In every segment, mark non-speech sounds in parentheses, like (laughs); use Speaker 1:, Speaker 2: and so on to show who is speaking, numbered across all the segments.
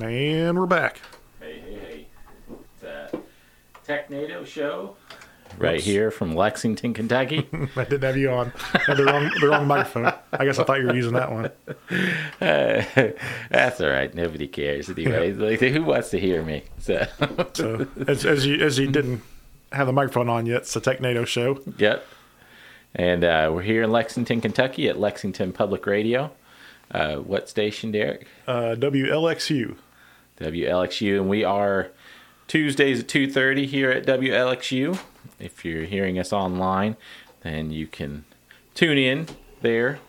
Speaker 1: And we're back. (laughs)
Speaker 2: Hey, hey, hey. It's a TechNado show right
Speaker 1: Whoops.
Speaker 2: here from Lexington, (laughs) Kentucky.
Speaker 1: I didn't have you on. I had the wrong, the wrong microphone. I guess I thought you were using that one.
Speaker 2: That's all right. Nobody cares anyway. Like, who wants to hear me? So, (laughs)
Speaker 1: So as, as you as you didn't have the microphone on yet, it's a Technado show.
Speaker 2: yep. And uh, we're here in Lexington, Kentucky at Lexington Public Radio. Uh, what station, Derek?
Speaker 1: Uh, WLXU.
Speaker 2: WLXU, and we are Tuesdays at two thirty here at WLXU. If you're hearing us online, then you can tune in there,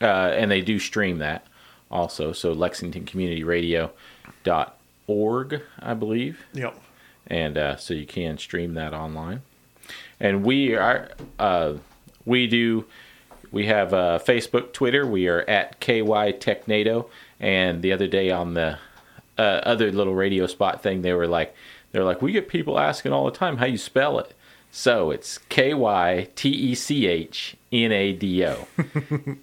Speaker 2: uh, and they do stream that also. So LexingtonCommunityRadio.org, I believe,
Speaker 1: Yep.
Speaker 2: and uh, so you can stream that online. And we are uh, we do we have uh, Facebook, Twitter. We are at KY Technado. And the other day on the uh, other little radio spot thing, they were like, they're like, we get people asking all the time how you spell it. So it's K Y T E C H N A D O.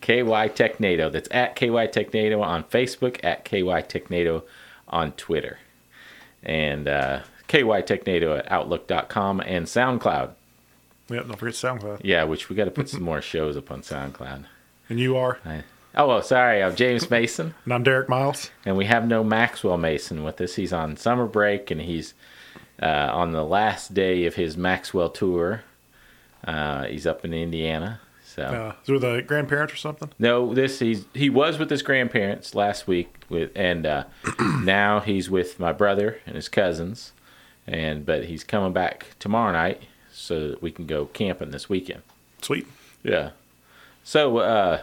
Speaker 2: KY Technado. That's at KY Technado on Facebook, at KY Technado on Twitter. And uh, KY Technado at Outlook.com and SoundCloud.
Speaker 1: Yep. Don't forget SoundCloud.
Speaker 2: Yeah, which we got to put some more shows up on SoundCloud.
Speaker 1: And you are.
Speaker 2: I, oh, well, sorry. I'm James Mason,
Speaker 1: And I'm Derek Miles.
Speaker 2: and we have no Maxwell Mason with us. He's on summer break, and he's uh, on the last day of his Maxwell tour. Uh, he's up in Indiana. So
Speaker 1: Uh, is it with the grandparents or something?
Speaker 2: no, this he's he was with his grandparents last week, with and uh, (clears throat) now he's with my brother and his cousins, and but he's coming back tomorrow night so that we can go camping this weekend.
Speaker 1: Sweet.
Speaker 2: Yeah. So uh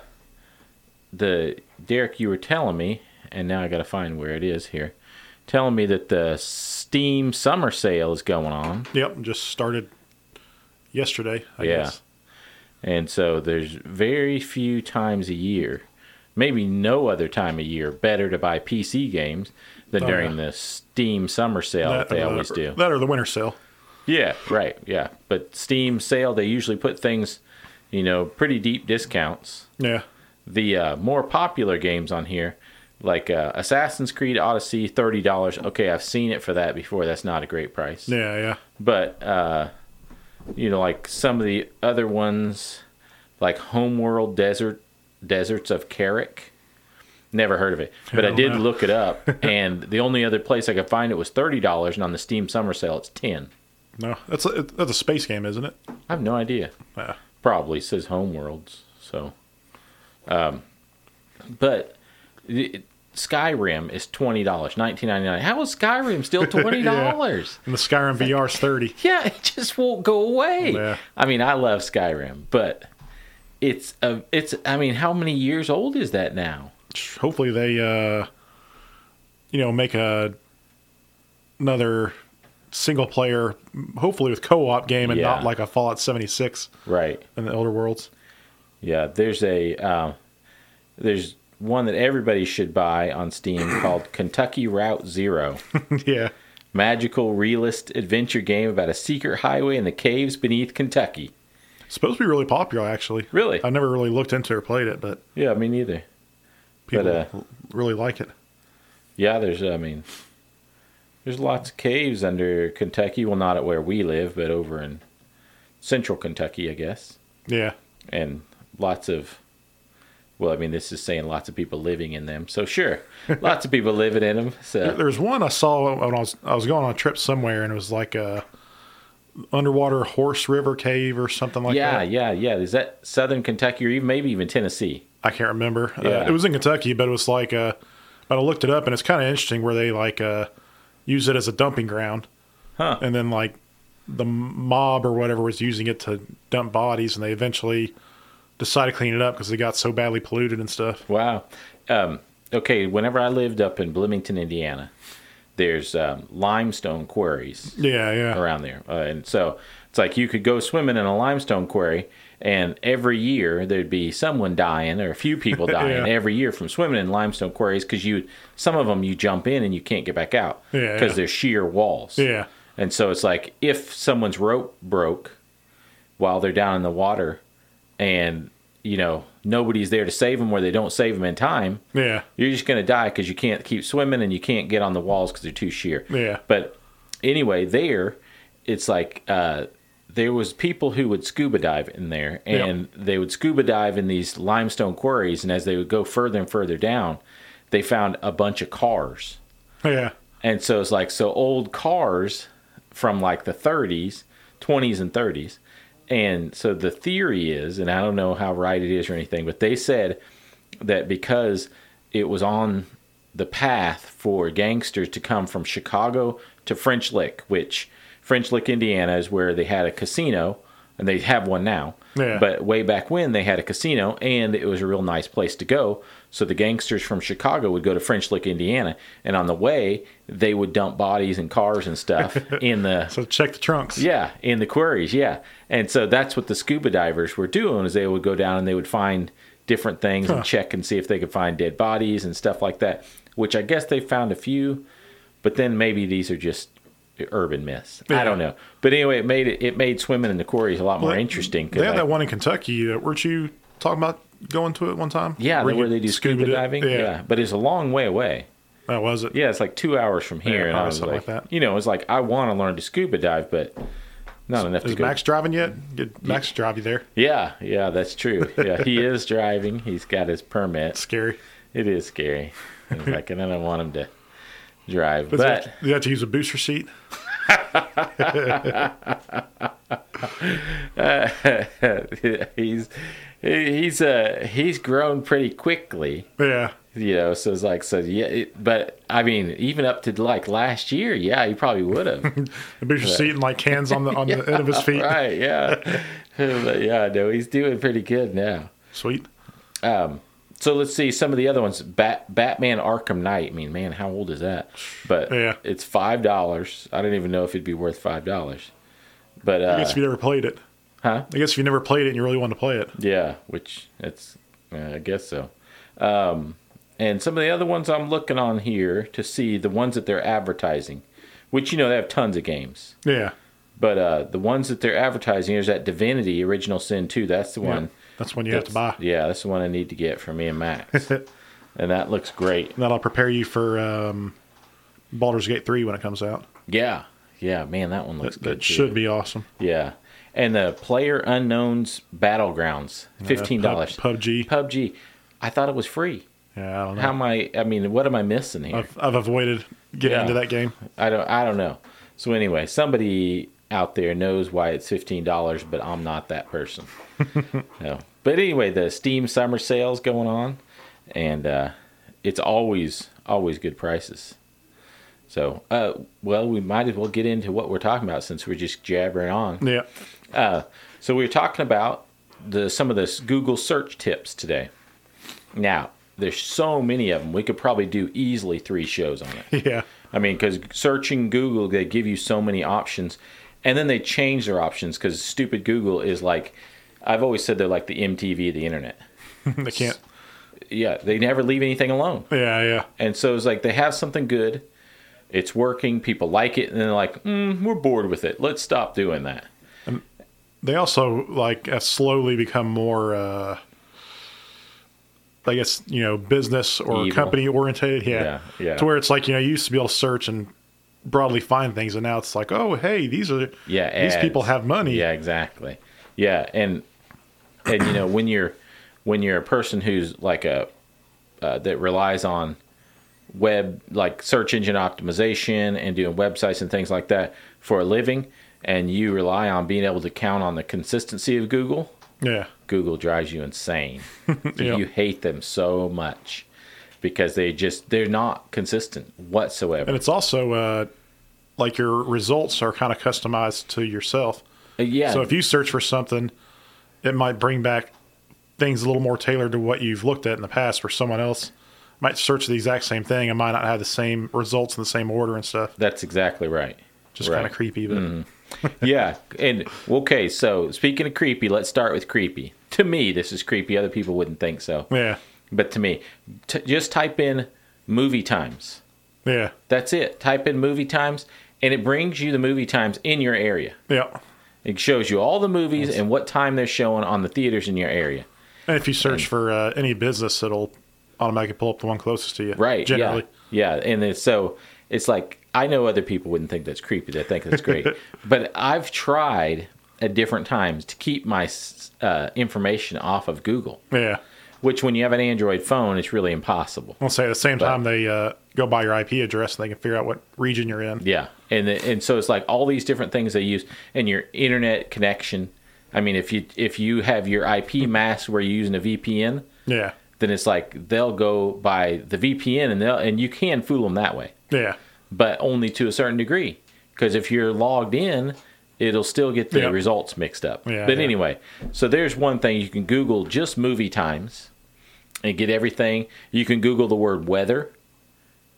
Speaker 2: the Derek you were telling me and now I got to find where it is here. Telling me that the Steam summer sale is going on
Speaker 1: Yep. Just started yesterday. I
Speaker 2: Yeah.
Speaker 1: guess.
Speaker 2: and so there's very few times a year, maybe no other time of year better to buy PC games than
Speaker 1: Oh,
Speaker 2: during
Speaker 1: yeah.
Speaker 2: the Steam summer sale that, Oh, they
Speaker 1: or the- (laughs)
Speaker 2: always do.
Speaker 1: That or the winter sale.
Speaker 2: Yeah, right. Yeah. But Steam sale they usually put things, you know, pretty deep discounts.
Speaker 1: Yeah.
Speaker 2: the uh, more popular games on here, like uh, Assassin's Creed Odyssey, thirty dollars. Okay, I've seen it for that before. That's not a great price.
Speaker 1: Yeah. Yeah.
Speaker 2: But uh, you know, like some of the other ones, like Homeworld Desert Deserts of Carrick. Never heard of it, but I
Speaker 1: don't
Speaker 2: did
Speaker 1: know.
Speaker 2: look it up, and the only other place I could find it was thirty dollars, and on the Steam Summer Sale, it's ten.
Speaker 1: No. That's a, that's a space game, isn't it?
Speaker 2: I have no idea.
Speaker 1: Yeah.
Speaker 2: probably says homeworlds so um but the- skyrim is $20 $19.99 how is skyrim still $20
Speaker 1: And the
Speaker 2: (laughs)
Speaker 1: Skyrim VR's thirty.
Speaker 2: yeah. it just won't go away
Speaker 1: Yeah.
Speaker 2: i mean i love skyrim but it's a it's i mean how many years old is that now
Speaker 1: hopefully they uh you know make a another single player hopefully with co-op game and
Speaker 2: Yeah.
Speaker 1: not like a fallout 76
Speaker 2: right
Speaker 1: in the elder worlds (laughs)
Speaker 2: yeah there's a um, there's one that everybody should buy on (clears throat) steam called kentucky route zero
Speaker 1: yeah
Speaker 2: magical realist adventure game about a secret highway in the caves beneath Kentucky.
Speaker 1: supposed to be really popular actually
Speaker 2: Really?
Speaker 1: i've never really looked into or played it but
Speaker 2: Yeah, me neither.
Speaker 1: people
Speaker 2: But, uh,
Speaker 1: really like it
Speaker 2: Yeah, there's I mean there's lots of caves under Kentucky, well not at where we live, but over in central Kentucky, I guess.
Speaker 1: yeah
Speaker 2: And lots of well, I mean this is saying lots of people living in them. So sure. lots of people living in them.
Speaker 1: There-
Speaker 2: So
Speaker 1: there's one i saw when i was i was going on a trip somewhere and it was like a underwater horse river cave or something like
Speaker 2: yeah,
Speaker 1: that
Speaker 2: yeah, yeah. Is that southern Kentucky or even maybe even Tennessee?
Speaker 1: I can't remember.
Speaker 2: Yeah.
Speaker 1: Uh, it was in Kentucky, but it was like, uh, but I looked it up and it's kind of interesting where they like uh, use it as a dumping ground,
Speaker 2: Huh.
Speaker 1: and then like the mob or whatever was using it to dump bodies, and they eventually decided to clean it up because it got so badly polluted and stuff.
Speaker 2: Wow. Um, okay, whenever I lived up in Bloomington, Indiana, there's um, limestone quarries
Speaker 1: Yeah, yeah,
Speaker 2: around there. Uh, and so it's like you could go swimming in a limestone quarry, and every year there'd be someone dying or a few people dying
Speaker 1: (laughs) Yeah.
Speaker 2: every year from swimming in limestone quarries because you some of them you jump in and you can't get back out
Speaker 1: Yeah,
Speaker 2: because
Speaker 1: yeah.
Speaker 2: they're sheer walls.
Speaker 1: yeah,
Speaker 2: And so it's like if someone's rope broke while they're down in the water and you know nobody's there to save them, or they don't save them in time,
Speaker 1: Yeah.
Speaker 2: you're just going to die because you can't keep swimming and you can't get on the walls because they're too sheer.
Speaker 1: Yeah.
Speaker 2: But anyway, there, it's like uh, there was people who would scuba dive in there, and they would scuba dive in these limestone quarries, and as they would go further and further down, they found a bunch of cars.
Speaker 1: Yeah.
Speaker 2: And so it's like so old cars from like the 30s, 20s and 30s. And so the theory is, and I don't know how right it is or anything, but they said that because it was on the path for gangsters to come from Chicago to French Lick, which French Lick, Indiana is where they had a casino and they have one now.
Speaker 1: Yeah.
Speaker 2: But Uh, way back when they had a casino and it was a real nice place to go. So the gangsters from Chicago would go to French Lick, Indiana, and on the way they would dump bodies and cars and
Speaker 1: (laughs)
Speaker 2: stuff in the
Speaker 1: So check the trunks.
Speaker 2: yeah, in the quarries, yeah. And so that's what the scuba divers were doing is they would go down and they would find different things
Speaker 1: Huh.
Speaker 2: and check and see if they could find dead bodies and stuff like that, which I guess they found a few, but then maybe these are just urban myths. I
Speaker 1: Yeah.
Speaker 2: don't know. But anyway, it made it, it made swimming in the quarries a lot more
Speaker 1: Well,
Speaker 2: interesting. 'cause
Speaker 1: They had
Speaker 2: I-
Speaker 1: that one in Kentucky. That, weren't you talking about going to it one time?
Speaker 2: yeah, where,
Speaker 1: you
Speaker 2: they do scuba,
Speaker 1: di-
Speaker 2: diving.
Speaker 1: Yeah.
Speaker 2: Yeah. but it's a long way away.
Speaker 1: That was it.
Speaker 2: Yeah, it's like two hours from here, and I
Speaker 1: probably
Speaker 2: was
Speaker 1: something
Speaker 2: like,
Speaker 1: like that.
Speaker 2: you know, it's like I want to learn to scuba dive, but not enough to
Speaker 1: Is
Speaker 2: go
Speaker 1: Max driving yet? Did Max drive you there?
Speaker 2: Yeah, yeah, that's true. Yeah, he (laughs) is driving. He's got his permit.
Speaker 1: Scary.
Speaker 2: It is scary. It's like, and I don't want him to drive.
Speaker 1: Does he have
Speaker 2: But
Speaker 1: to- do you have to use a booster seat?
Speaker 2: (laughs) he's he's uh he's grown pretty quickly,
Speaker 1: Yeah.
Speaker 2: you know. So it's like, so yeah. It, but I mean, even up to like last year, yeah, he probably would
Speaker 1: (laughs)
Speaker 2: have.
Speaker 1: A booster seat and like hands on the on (laughs) the end of his feet.
Speaker 2: right? Yeah. (laughs) but yeah, no, he's doing pretty good now.
Speaker 1: Sweet.
Speaker 2: So let's see some of the other ones. Bat, Batman Arkham Knight. I mean, man, how old is that? But
Speaker 1: Yeah.
Speaker 2: it's five dollars. I don't even know if it'd be worth five dollars. But
Speaker 1: I guess
Speaker 2: uh,
Speaker 1: if you never played it.
Speaker 2: huh?
Speaker 1: I guess if you never played it and you really want to play it.
Speaker 2: Yeah, which that's uh, I guess so. Um, and some of the other ones I'm looking on here to see the ones that they're advertising, which you know they have tons of games.
Speaker 1: Yeah.
Speaker 2: But uh, the ones that they're advertising is that Divinity Original Sin 2. That's the one.
Speaker 1: That's one you have to buy.
Speaker 2: that's- Yeah, that's the one I need to get for me
Speaker 1: (laughs)
Speaker 2: and Max. and that looks great.
Speaker 1: And that'll prepare you for um, Baldur's Gate 3 when it comes out.
Speaker 2: Yeah. Yeah, man, that one looks
Speaker 1: That,
Speaker 2: good.
Speaker 1: that should be awesome.
Speaker 2: Too. Yeah. And the player unknowns battlegrounds, fifteen dollars.
Speaker 1: Uh, Pub- PUBG.
Speaker 2: PUBG. I thought it was free.
Speaker 1: Yeah, I don't know.
Speaker 2: How am I? I mean, what am I missing here?
Speaker 1: I've, I've avoided getting
Speaker 2: Yeah.
Speaker 1: into that game.
Speaker 2: I don't. I don't know. So anyway, somebody out there knows why it's fifteen dollars, but I'm not that person. no. But anyway, the Steam summer sales going on, and uh, it's always always good prices. So, uh, well, we might as well get into what we're talking about since we're just jabbering on.
Speaker 1: Yeah. (laughs)
Speaker 2: So we were talking about the some of the Google search tips today. Now, there's so many of them. We could probably do easily three shows on it.
Speaker 1: Yeah.
Speaker 2: I mean, because searching Google, they give you so many options, and then they change their options because stupid Google is like, I've always said they're like the MTV of the internet.
Speaker 1: they can't.
Speaker 2: Yeah, they never leave anything alone.
Speaker 1: Yeah, yeah.
Speaker 2: And so it's like they have something good, it's working, people like it, and they're like, mm, we're bored with it. Let's stop doing that.
Speaker 1: They also like have slowly become more uh I guess, you know, business or
Speaker 2: Evil.
Speaker 1: company oriented. Yeah.
Speaker 2: Yeah, yeah.
Speaker 1: To where it's like, you know, you used to be able to search and broadly find things and now it's like, oh hey, these are
Speaker 2: Yeah,
Speaker 1: these people
Speaker 2: ads.
Speaker 1: have money.
Speaker 2: Yeah, exactly. Yeah, and and you know when you're when you're a person who's like a uh, that relies on web like search engine optimization and doing websites and things like that for a living, and you rely on being able to count on the consistency of Google.
Speaker 1: Yeah.
Speaker 2: Google drives you insane.
Speaker 1: (laughs) Yeah.
Speaker 2: You hate them so much because they just they're not consistent whatsoever.
Speaker 1: And it's also uh like your results are kind of customized to yourself.
Speaker 2: Uh, yeah.
Speaker 1: So if you search for something, it might bring back things a little more tailored to what you've looked at in the past, where someone else might search the exact same thing and might not have the same results in the same order and stuff.
Speaker 2: that's exactly right.
Speaker 1: Just
Speaker 2: Right. Mm-hmm.
Speaker 1: kind of creepy, but
Speaker 2: yeah. And okay, so speaking of creepy, let's start with creepy. To me, this is creepy. Other people wouldn't think so.
Speaker 1: yeah,
Speaker 2: But to me, t- just type in movie times.
Speaker 1: yeah,
Speaker 2: That's it. Type in movie times, and it brings you the movie times in your area.
Speaker 1: yeah,
Speaker 2: It shows you all the movies and what time they're showing on the theaters in your area.
Speaker 1: And if you search for uh, any business, it'll automatically pull up the one closest to you.
Speaker 2: Right.
Speaker 1: Generally.
Speaker 2: Yeah. yeah. And then, so it's like, I know other people wouldn't think that's creepy. They think that's great. but I've tried at different times to keep my s- uh, information off of Google,
Speaker 1: Yeah.
Speaker 2: which when you have an Android phone, it's really impossible.
Speaker 1: I'll say at the same time they uh, go by your IP address and they can figure out what region you're in.
Speaker 2: Yeah, and the, and so it's like all these different things they use, and your internet connection. I mean, if you if you have your IP mask where you're using a VPN,
Speaker 1: Yeah.
Speaker 2: then it's like they'll go by the VPN, and they'll and you can fool them that way,
Speaker 1: Yeah.
Speaker 2: but only to a certain degree. Because if you're logged in, it'll still get the
Speaker 1: Yeah.
Speaker 2: results mixed up.
Speaker 1: Yeah,
Speaker 2: but
Speaker 1: yeah.
Speaker 2: anyway, so there's one thing you can Google just movie times, and get everything. You can Google the word weather,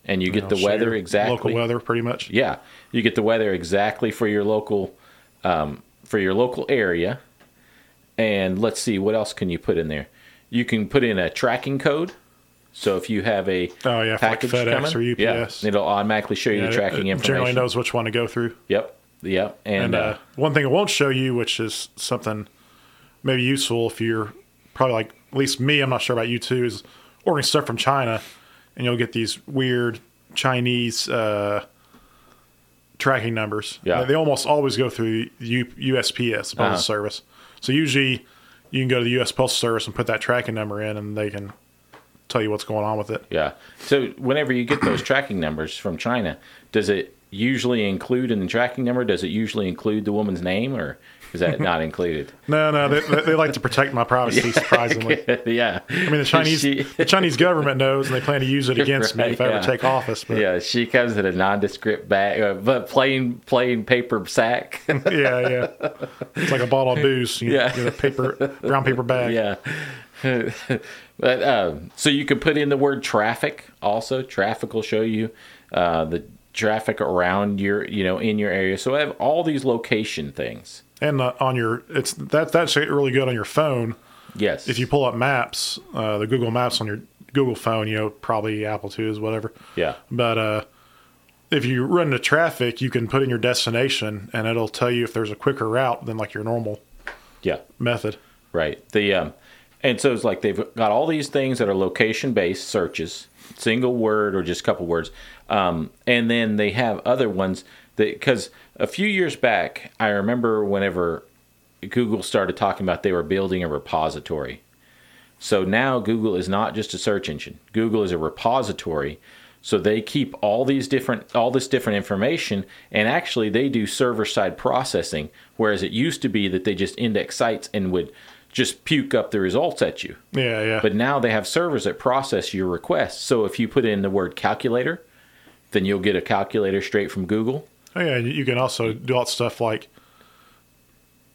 Speaker 2: and you get the
Speaker 1: So
Speaker 2: weather
Speaker 1: your
Speaker 2: exactly
Speaker 1: Local weather, pretty much.
Speaker 2: yeah, you get the weather exactly for your local um, for your local area. And let's see what else can you put in there. You can put in a tracking code. So if you have a
Speaker 1: Oh, yeah, for like
Speaker 2: package
Speaker 1: FedEx
Speaker 2: coming,
Speaker 1: or
Speaker 2: yeah,
Speaker 1: UPS.
Speaker 2: it'll automatically show you
Speaker 1: Yeah,
Speaker 2: the tracking
Speaker 1: it
Speaker 2: information.
Speaker 1: generally knows which one to go through.
Speaker 2: Yep, yep, and,
Speaker 1: And
Speaker 2: uh,
Speaker 1: uh, one thing it won't show you, which is something maybe useful if you're probably like at least me, I'm not sure about you too, is ordering stuff from China, and you'll get these weird Chinese uh, tracking numbers.
Speaker 2: Yeah.
Speaker 1: they almost always go through U- USPS, the Postal
Speaker 2: Uh-huh.
Speaker 1: Service. So usually you can go to the U.S. Postal Service and put that tracking number in, and they can tell you what's going on with it.
Speaker 2: yeah. So whenever you get those tracking numbers from China, does it usually include in the tracking number? Does it usually include the woman's name, or is that not included? (laughs)
Speaker 1: No, no, they, they, they like to protect my privacy. Surprisingly,
Speaker 2: yeah.
Speaker 1: I mean the Chinese
Speaker 2: (laughs) She-
Speaker 1: the Chinese government knows, and they plan to use it against me
Speaker 2: (laughs) Right,
Speaker 1: if I
Speaker 2: yeah.
Speaker 1: ever take office. But
Speaker 2: Yeah, she comes in a nondescript bag, uh, but plain plain paper sack.
Speaker 1: (laughs)
Speaker 2: (laughs)
Speaker 1: yeah, yeah. It's like a bottle of booze. You
Speaker 2: Yeah.
Speaker 1: yeah, get a paper brown
Speaker 2: (laughs)
Speaker 1: paper bag.
Speaker 2: yeah. but um, so you could put in the word traffic. Also, traffic will show you uh, the traffic around your you know in your area. So I have all these location things.
Speaker 1: And uh, on your it's that that's really good on your phone.
Speaker 2: Yes.
Speaker 1: If you pull up maps, uh, the Google Maps on your Google phone, you know probably Apple too is whatever.
Speaker 2: yeah.
Speaker 1: But uh, if you run into traffic, you can put in your destination, and it'll tell you if there's a quicker route than like your normal
Speaker 2: Yeah.
Speaker 1: method.
Speaker 2: Right. The um, and so it's like they've got all these things that are location based searches, single word or just a couple words, um, and then they have other ones that because a few years back I remember whenever Google started talking about they were building a repository. So now Google is not just a search engine. Google is a repository. So they keep all these different all this different information and actually they do server side processing whereas it used to be that they just index sites and would just puke up the results at you.
Speaker 1: Yeah, yeah.
Speaker 2: But now they have servers that process your requests. So if you put in the word calculator, then you'll get a calculator straight from Google.
Speaker 1: Oh, yeah, and you can also do all that stuff like,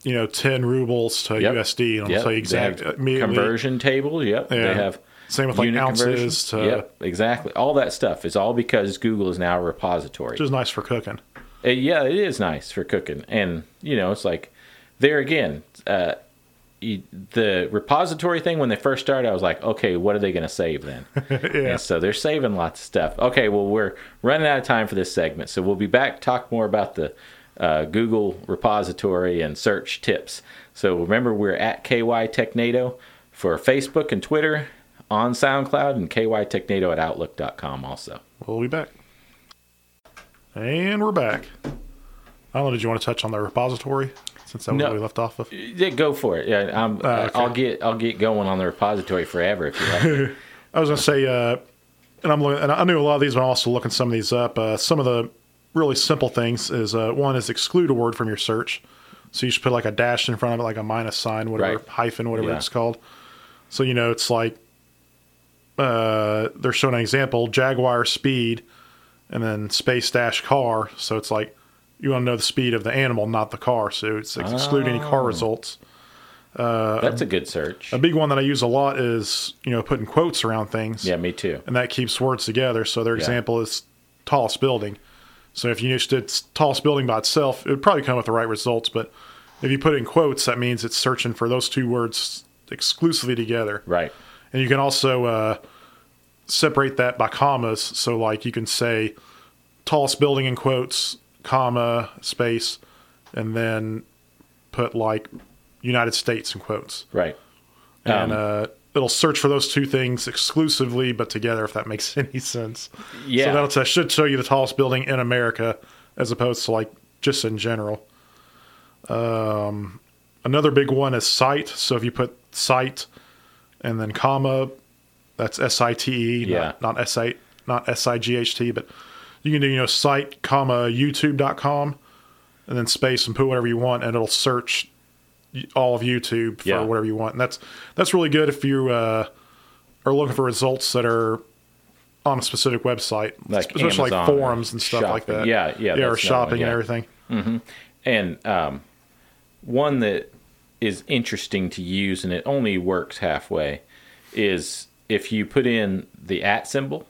Speaker 1: you know, ten rubles to
Speaker 2: Yep.
Speaker 1: USD, and it'll
Speaker 2: Yep.
Speaker 1: tell you
Speaker 2: They
Speaker 1: exact uh,
Speaker 2: have
Speaker 1: immediately.
Speaker 2: conversion tables. Yep,
Speaker 1: Yeah.
Speaker 2: they have
Speaker 1: Same with, like,
Speaker 2: unit
Speaker 1: ounces uh,
Speaker 2: conversions.
Speaker 1: to-
Speaker 2: Yep, exactly. All that stuff is all because Google is now a repository.
Speaker 1: Which is nice for cooking.
Speaker 2: Uh, yeah, it is nice for cooking, and you know, it's like there again. Uh, you, the repository thing when they first started, I was like, okay, what are they going to save then?
Speaker 1: Yeah.
Speaker 2: And so they're saving lots of stuff. Okay, well, we're running out of time for this segment, so we'll be back to talk more about the uh, Google repository and search tips. So remember, we're at KY Technado for Facebook and Twitter, on SoundCloud, and KYTechnado at Outlook.com also.
Speaker 1: We'll be back. And we're back. I don't know. Did you want to touch on the repository since that was
Speaker 2: No.
Speaker 1: what we left off of?
Speaker 2: Yeah, go for it. Yeah, I'm,
Speaker 1: Ah, okay.
Speaker 2: I'll get I'll get going on the repository forever if you like.
Speaker 1: I was going to say, uh, and I'm looking, and I knew a lot of these, but I'm also looking some of these up. Uh, some of the really simple things is uh, one is exclude a word from your search. So you should put like a dash in front of it, like a minus sign, whatever,
Speaker 2: Right.
Speaker 1: hyphen, whatever
Speaker 2: Yeah.
Speaker 1: it's called. So, you know, it's like uh, they're showing an example Jaguar speed and then space dash car. So it's like you want to know the speed of the animal, not the car. So it's exclude any
Speaker 2: Oh.
Speaker 1: car results. Uh,
Speaker 2: That's a good search.
Speaker 1: A big one that I use a lot is, you know, putting quotes around things
Speaker 2: Yeah, me too.
Speaker 1: and that keeps words together. So their
Speaker 2: Yeah.
Speaker 1: example is tallest building. So if you just did tallest building by itself, it would probably come with the right results. But if you put it in quotes, that means it's searching for those two words exclusively together.
Speaker 2: Right.
Speaker 1: And you can also uh, separate that by commas. So like you can say tallest building in quotes, comma space, and then put like United States in quotes
Speaker 2: Right. Um,
Speaker 1: and uh, it'll search for those two things exclusively but together if that makes (laughs) any sense.
Speaker 2: Yeah.
Speaker 1: So that'll, that should show you the tallest building in America as opposed to like just in general. Um, another big one is site. So if you put site and then comma, that's S I T E,
Speaker 2: Yeah.
Speaker 1: not S I not S I G H T, but you can do you know site comma youtube.com and then space and put whatever you want and it'll search y- all of YouTube for
Speaker 2: Yeah.
Speaker 1: whatever you want. And that's that's really good if you uh, are looking for results that are on a specific website,
Speaker 2: Like
Speaker 1: especially like
Speaker 2: Amazon or
Speaker 1: forums and stuff like
Speaker 2: shopping.
Speaker 1: that.
Speaker 2: Yeah, yeah, that's another
Speaker 1: or
Speaker 2: one,
Speaker 1: shopping
Speaker 2: yeah.
Speaker 1: and everything.
Speaker 2: and um, one that is interesting to use and it only works halfway is if you put in the at symbol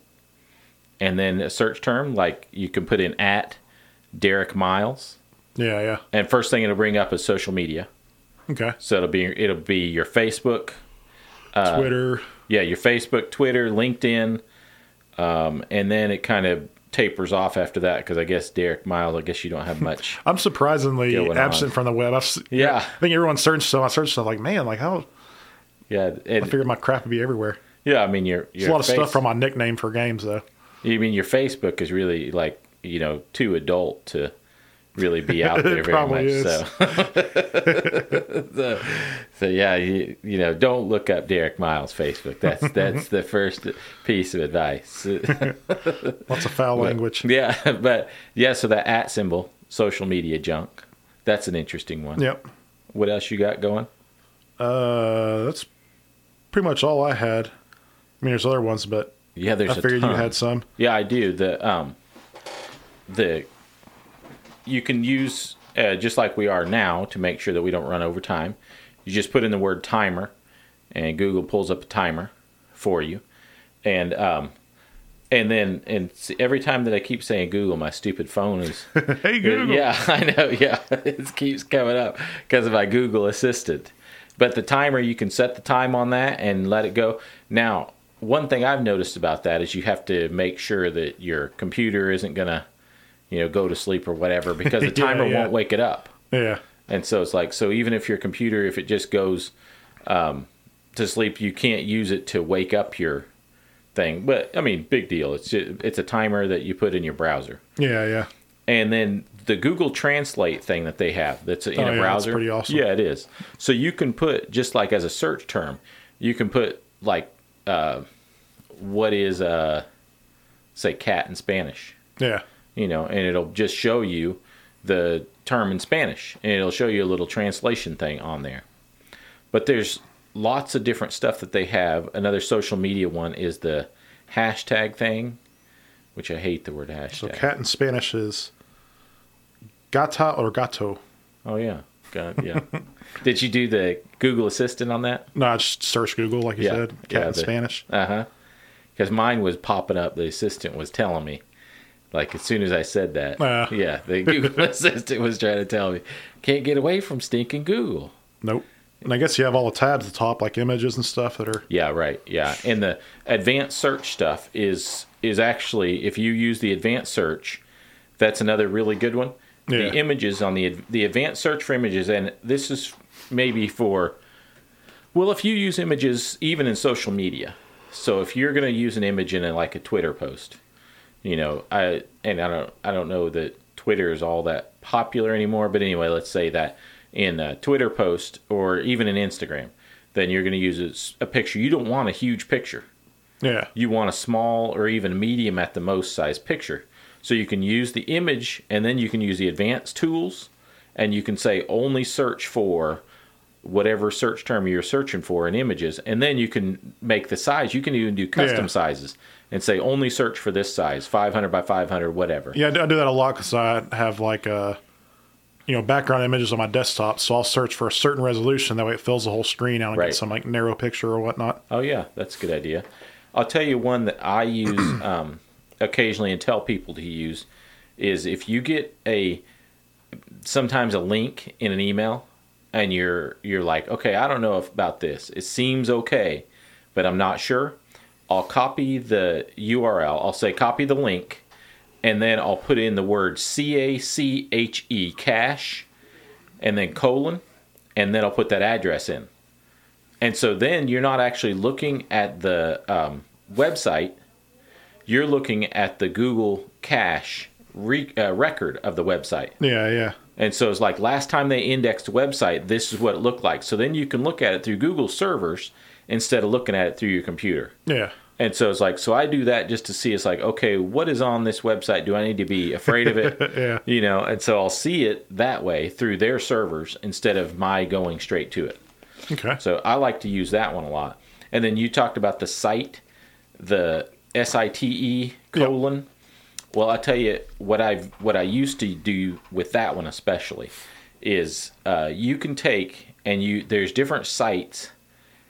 Speaker 2: and then a search term like you can put in at derek miles
Speaker 1: Yeah, yeah.
Speaker 2: and first thing it'll bring up is social media
Speaker 1: Okay.
Speaker 2: so it'll be it'll be your facebook Uh,
Speaker 1: Twitter.
Speaker 2: yeah your facebook twitter linkedin um, and then it kind of tapers off after that because i guess derek miles i guess you don't
Speaker 1: (laughs)
Speaker 2: have much
Speaker 1: I'm surprisingly
Speaker 2: going on.
Speaker 1: absent from the web. I've, s-
Speaker 2: Yeah.
Speaker 1: I think everyone searched so I searched stuff like, man, like how
Speaker 2: (laughs) yeah
Speaker 1: I
Speaker 2: and,
Speaker 1: figured my crap would be everywhere.
Speaker 2: yeah i mean your,
Speaker 1: There's
Speaker 2: your
Speaker 1: a lot of
Speaker 2: face-
Speaker 1: stuff from my nickname for games though.
Speaker 2: You mean your Facebook is really like you know too adult to really
Speaker 1: (laughs)
Speaker 2: be out there
Speaker 1: It
Speaker 2: very
Speaker 1: probably
Speaker 2: much.
Speaker 1: is.
Speaker 2: So. (laughs) so, so yeah, you, you know, don't look up Derek Miles' Facebook. That's that's the first piece of advice. (laughs)
Speaker 1: Lots of foul language.
Speaker 2: yeah, but yeah, so that at symbol, social media junk. That's an interesting one.
Speaker 1: Yep.
Speaker 2: What else you got going?
Speaker 1: Uh, that's pretty much all I had. I mean, there's other ones, but
Speaker 2: Yeah, there's.
Speaker 1: I
Speaker 2: a
Speaker 1: figured you
Speaker 2: ton.
Speaker 1: had some.
Speaker 2: Yeah, I do. The um, the you can use uh, just like we are now to make sure that we don't run over time. You just put in the word timer, and Google pulls up a timer for you, and um, and then and see, every time that I keep saying Google, my stupid phone is.
Speaker 1: (laughs) Hey, Google.
Speaker 2: Yeah, (laughs) I know. Yeah, it keeps coming up because of my Google Assistant. But the timer, you can set the time on that and let it go. Now, one thing I've noticed about that is you have to make sure that your computer isn't gonna, you know, go to sleep or whatever because the
Speaker 1: (laughs) Yeah,
Speaker 2: timer
Speaker 1: yeah.
Speaker 2: won't wake it up.
Speaker 1: Yeah.
Speaker 2: And so it's like so even if your computer, if it just goes um, to sleep, you can't use it to wake up your thing. But I mean, big deal. It's it's a timer that you put in your browser
Speaker 1: Yeah. Yeah.
Speaker 2: and then the Google Translate thing that they have that's in
Speaker 1: Oh,
Speaker 2: a
Speaker 1: yeah, that's
Speaker 2: browser.
Speaker 1: pretty awesome.
Speaker 2: Yeah, it is. So you can put just like as a search term, you can put like uh, what is uh, say cat in Spanish,
Speaker 1: Yeah.
Speaker 2: you know, and it'll just show you the term in Spanish, and it'll show you a little translation thing on there. But there's lots of different stuff that they have. Another social media one is the hashtag thing, which I hate the word hashtag.
Speaker 1: So cat in Spanish is gata or gato.
Speaker 2: Oh yeah, God, yeah. Did you do the Google Assistant on that?
Speaker 1: No, I just search Google like you
Speaker 2: Yeah.
Speaker 1: said. Cat
Speaker 2: Yeah,
Speaker 1: in
Speaker 2: the-
Speaker 1: Spanish.
Speaker 2: Uh huh. Because mine was popping up. The assistant was telling me, like as soon as I said that,
Speaker 1: Ah.
Speaker 2: yeah, the (laughs) Google Assistant was trying to tell me, can't get away from stinking Google.
Speaker 1: Nope. And I guess you have all the tabs at the top, like images and stuff that are.
Speaker 2: Yeah, right. Yeah, and the advanced search stuff is is actually if you use the advanced search, that's another really good one.
Speaker 1: Yeah.
Speaker 2: The images on the ad- the advanced search for images, and this is maybe for well, if you use images even in social media. So if you're going to use an image in a, like a Twitter post, you know, I and I don't I don't know that Twitter is all that popular anymore, but anyway, let's say that in a Twitter post or even an Instagram, then you're going to use a s- a picture. You don't want a huge picture.
Speaker 1: Yeah.
Speaker 2: You want a small or even medium at the most size picture. So you can use the image and then you can use the advanced tools and you can say only search for whatever search term you're searching for in images and then you can make the size you can even do custom
Speaker 1: Yeah.
Speaker 2: sizes and say only search for this size 500 by 500 whatever
Speaker 1: Yeah, I do- I do that a lot because I have like uh you know, background images on my desktop, so I'll search for a certain resolution. That way, it fills the whole screen out and
Speaker 2: Right.
Speaker 1: get some like narrow picture or whatnot.
Speaker 2: Oh yeah, that's a good idea. I'll tell you one that I use (clears throat) um, occasionally and tell people to use is if you get a sometimes a link in an email and you're you're like, okay, I don't know if, about this. It seems okay, but I'm not sure. I'll copy the URL. I'll say copy the link, and then I'll put in the word C A C H E cache, and then colon, and then I'll put that address in and so then you're not actually looking at the um, website you're looking at the google cache re- uh, record of the website
Speaker 1: Yeah, yeah.
Speaker 2: and so it's like last time they indexed a website this is what it looked like so then you can look at it through google servers instead of looking at it through your computer
Speaker 1: Yeah.
Speaker 2: and so it's like, so I do that just to see. It's like, okay, what is on this website? Do I need to be afraid of it?
Speaker 1: Yeah.
Speaker 2: You know, and so I'll see it that way through their servers instead of my going straight to it.
Speaker 1: Okay.
Speaker 2: So I like to use that one a lot. And then you talked about the site, the S I T E colon. Well, I tell you what I what I used to do with that one especially is uh, you can take and you there's different sites,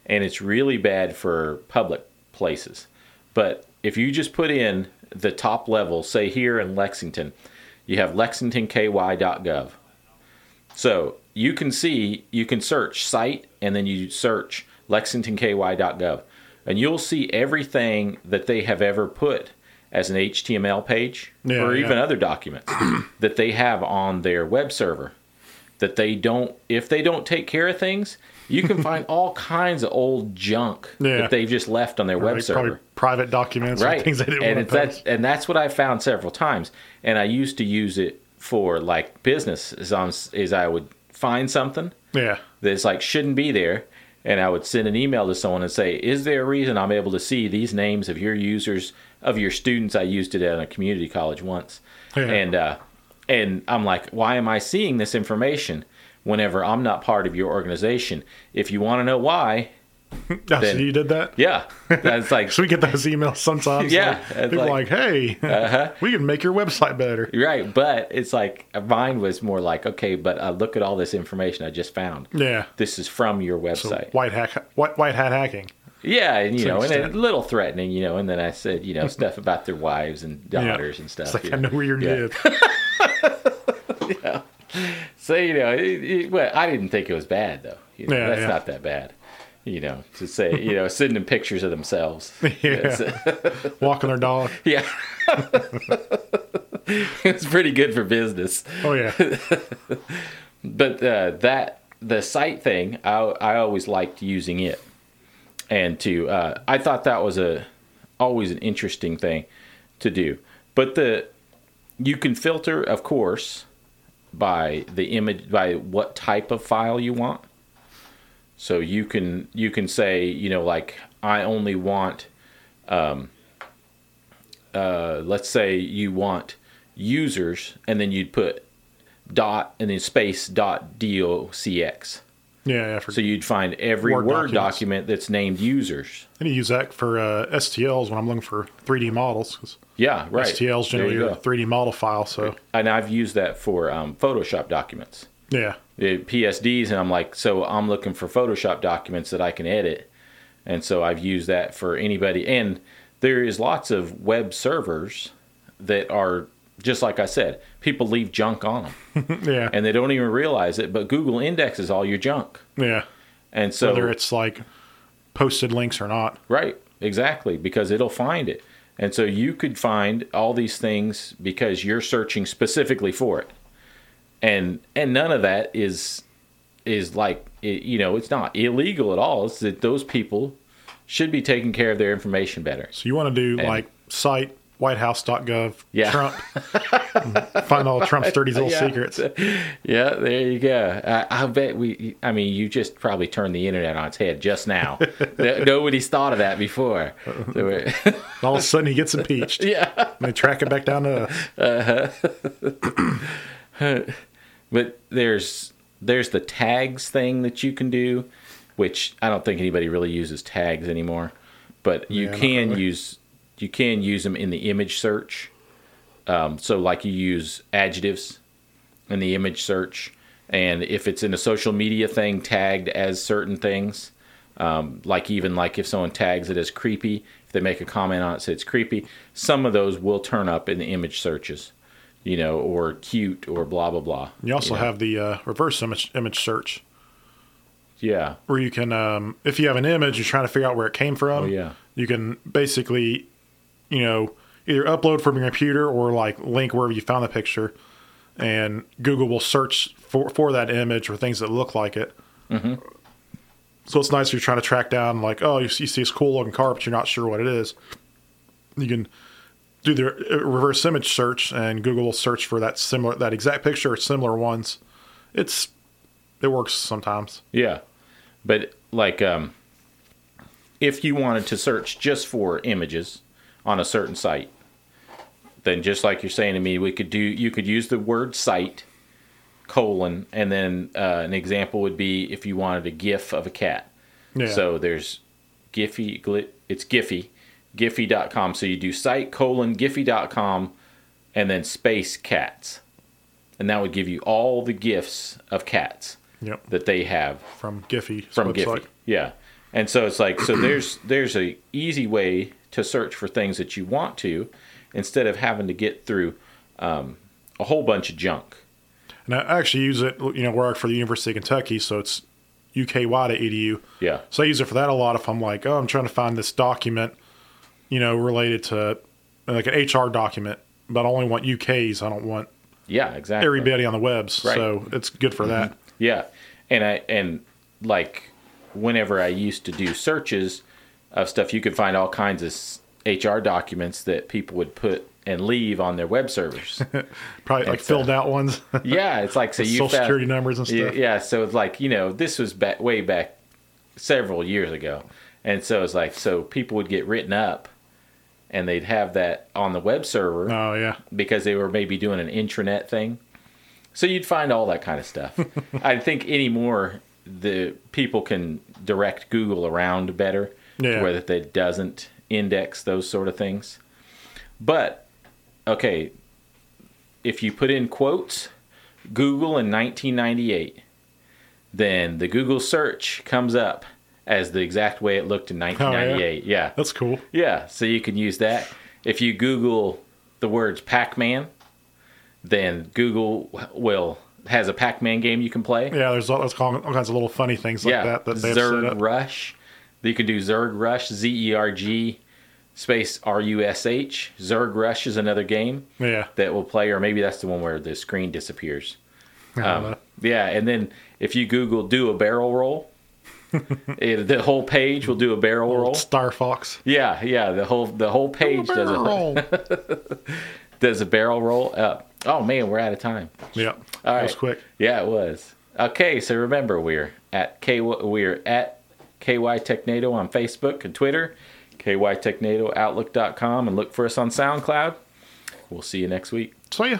Speaker 2: and it's really bad for public places. But if you just put in the top level, say here in Lexington, you have lexingtonky.gov. So you can see, you can search site and then you search lexingtonky.gov, and you'll see everything that they have ever put as an HTML page
Speaker 1: Yeah,
Speaker 2: or even
Speaker 1: yeah.
Speaker 2: other documents that they have on their web server. That they don't, if they don't take care of things,
Speaker 1: (laughs)
Speaker 2: you can find all kinds of old junk
Speaker 1: Yeah.
Speaker 2: that they've just left on their web
Speaker 1: Like,
Speaker 2: server
Speaker 1: probably private documents and things they didn't
Speaker 2: and
Speaker 1: want
Speaker 2: it's
Speaker 1: to post.
Speaker 2: that and that's what I found several times. And I used to use it for like business is on is I would find something
Speaker 1: yeah.
Speaker 2: that's like shouldn't be there and I would send an email to someone and say, Is there a reason I'm able to see these names of your users of your students? I used it at a community college once.
Speaker 1: Yeah.
Speaker 2: And uh and I'm like, why am I seeing this information whenever I'm not part of your organization? If you want to know why,
Speaker 1: Yeah,
Speaker 2: then-
Speaker 1: so you did that? (laughs)
Speaker 2: yeah. That's like
Speaker 1: So we get those emails sometimes.
Speaker 2: (laughs) Yeah,
Speaker 1: like,
Speaker 2: it's
Speaker 1: people are
Speaker 2: like- Uh-huh.
Speaker 1: like, hey, (laughs) we can make your website better.
Speaker 2: Right, but it's like mine was more like, okay, but uh, look at all this information I just found.
Speaker 1: Yeah.
Speaker 2: This is from your
Speaker 1: So
Speaker 2: website.
Speaker 1: white hack, white, white hat hacking.
Speaker 2: yeah, and you
Speaker 1: to
Speaker 2: know, and a
Speaker 1: extent.
Speaker 2: little threatening, you know, and then I said,
Speaker 1: (laughs)
Speaker 2: you know, stuff about their wives and daughters and
Speaker 1: It's
Speaker 2: stuff.
Speaker 1: like
Speaker 2: you
Speaker 1: I know where you're
Speaker 2: Yeah. (laughs)
Speaker 1: live.
Speaker 2: So you know, it, it, well, I didn't think it was bad though. You know,
Speaker 1: Yeah,
Speaker 2: that's
Speaker 1: yeah.
Speaker 2: not that bad. You know, to say, you know, sending them pictures of themselves.
Speaker 1: (laughs) Yeah. Walking their dog.
Speaker 2: (laughs) yeah. (laughs) it's pretty good for business.
Speaker 1: Oh
Speaker 2: (laughs)
Speaker 1: yeah.
Speaker 2: but uh, that the site thing, I I always liked using it, and to uh, I thought that was a always an interesting thing to do. But the you can filter, of course, by the image by what type of file you want. So you can you can say you know like I only want, um, uh, let's say you want users, and then you'd put dot and then space dot docx.
Speaker 1: Yeah. yeah for,
Speaker 2: So you'd find every
Speaker 1: Word
Speaker 2: Word,
Speaker 1: documents.
Speaker 2: document that's named users.
Speaker 1: I need to use that for uh, STLs when I'm looking for 3D models 'cause
Speaker 2: Yeah, right.
Speaker 1: STLs
Speaker 2: There you
Speaker 1: generally
Speaker 2: go.
Speaker 1: are a 3D model file. So
Speaker 2: And I've used that for um, Photoshop documents,
Speaker 1: yeah.
Speaker 2: the PSDs, and I'm like, so I'm looking for Photoshop documents that I can edit, and so I've used that for anybody. And there is lots of web servers that are just like I said, people leave junk on them,
Speaker 1: Yeah.
Speaker 2: and they don't even realize it. But Google indexes all your junk,
Speaker 1: yeah.
Speaker 2: and so
Speaker 1: Whether it's like posted links or not.
Speaker 2: Right, exactly, because it'll find it. And so you could find all these things because you're searching specifically for it. And and none of that is is like it, you know, it's not illegal at all. It's that those people should be taking care of their information better.
Speaker 1: So you want to do
Speaker 2: And-
Speaker 1: like site whitehouse.gov
Speaker 2: Yeah.
Speaker 1: Trump.
Speaker 2: (laughs)
Speaker 1: find all Trump's dirty little
Speaker 2: Yeah.
Speaker 1: secrets.
Speaker 2: Yeah, there you go. I, I bet we. I mean, you just probably turned the internet on its head just (laughs) now. No- Nobody's thought of that before. So we're-
Speaker 1: And all of a sudden he gets impeached.
Speaker 2: (laughs) yeah.
Speaker 1: And they track it back down to us.
Speaker 2: but there's there's the tags thing that you can do which i don't think anybody really uses tags anymore but you
Speaker 1: Yeah, not
Speaker 2: can
Speaker 1: really.
Speaker 2: use you can use them in the image search um, so like you use adjectives in the image search and if it's in a social media thing tagged as certain things um, like even like if someone tags it as creepy if they make a comment on it say it's creepy some of those will turn up in the image searches you know or cute or blah blah blah
Speaker 1: You also
Speaker 2: know.
Speaker 1: have the uh, reverse image, image search
Speaker 2: yeah
Speaker 1: where you can, um, if you have an image, you're trying to figure out where it came from.
Speaker 2: Oh, yeah.
Speaker 1: You can basically, you know, either upload from your computer or like link wherever you found the picture,
Speaker 2: Mm-hmm.
Speaker 1: and Google will search for for that image or things that look like it. So it's nice if you're trying to track down like, oh, you, you see this cool looking car, but you're not sure what it is. You can do the uh, reverse image search, and Google will search for that similar that exact picture or similar ones. It's it works sometimes.
Speaker 2: Yeah. But like um if you wanted to search just for images on a certain site, then just like you're saying to me, we could do you could use the word site colon and then uh, an example would be if you wanted a gif of a cat.
Speaker 1: Yeah.
Speaker 2: So there's Giphy gli- it's Giphy, Giphy.com. So you do site colon Giphy.com and then space cats. And that would give you all the gifs of cats
Speaker 1: Yep.
Speaker 2: that they have
Speaker 1: From Giphy.
Speaker 2: from Giphy. Yeah. And so it's like so (clears throat) there's there's a easy way to search for things that you want to instead of having to get through um, a whole bunch of junk.
Speaker 1: And I actually use it, you know, work for the University of Kentucky, so it's uky.edu.
Speaker 2: Yeah.
Speaker 1: E So I use it for that a lot. If I'm like, oh, I'm trying to find this document, you know, related to like an HR document, but I only want UKs. I don't want
Speaker 2: Yeah, exactly.
Speaker 1: everybody on the webs.
Speaker 2: Right. Mm-hmm.
Speaker 1: So it's good for that.
Speaker 2: Yeah, and I and like whenever I used to do searches of stuff, you could find all kinds of s- HR documents that people would put and leave on their web
Speaker 1: (laughs)
Speaker 2: servers.
Speaker 1: Probably like
Speaker 2: It's, uh,
Speaker 1: filled out ones,
Speaker 2: yeah, it's like so
Speaker 1: (laughs)
Speaker 2: you
Speaker 1: social
Speaker 2: found-
Speaker 1: security numbers and
Speaker 2: Yeah,
Speaker 1: stuff.
Speaker 2: yeah, so it's like you know this was back, way back several years ago, and so it's like so people would get written up, and they'd have that on the web server
Speaker 1: Oh, yeah.
Speaker 2: because they were maybe doing an intranet thing. So you'd find all that kind of stuff. I think anymore the people can direct Google around better
Speaker 1: Yeah.
Speaker 2: to where that it doesn't index those sort of things. But okay, if you put in quotes Google in 1998, then the Google search comes up as the exact way it looked in 1998. yeah.
Speaker 1: That's cool.
Speaker 2: Yeah, so you can use that. If you Google the words Pac-Man, then Google will has a Pac-Man game you can play.
Speaker 1: Yeah, there's all, there's all kinds of little funny things like that that they have set
Speaker 2: Zerg
Speaker 1: up.
Speaker 2: Rush. You can do Zerg Rush, Z E R G space R U S H. Zerg Rush is another game
Speaker 1: Yeah.
Speaker 2: that will play, or maybe that's the one where the screen disappears.
Speaker 1: I don't
Speaker 2: Um,
Speaker 1: know.
Speaker 2: yeah, and then if you Google do a
Speaker 1: (laughs)
Speaker 2: barrel roll, it, the whole page will do a barrel roll.
Speaker 1: Uh, Star Fox.
Speaker 2: Yeah, yeah, the whole the whole page does a does a barrel roll up. Oh man, we're out of time.
Speaker 1: (laughs) yeah.
Speaker 2: All
Speaker 1: That was
Speaker 2: right.
Speaker 1: quick.
Speaker 2: Yeah, it was. Okay, so remember we're at K we're at KY Technado on Facebook and Twitter, KY Technado Outlook.com and look for us on SoundCloud. We'll see you next week.
Speaker 1: So, yeah.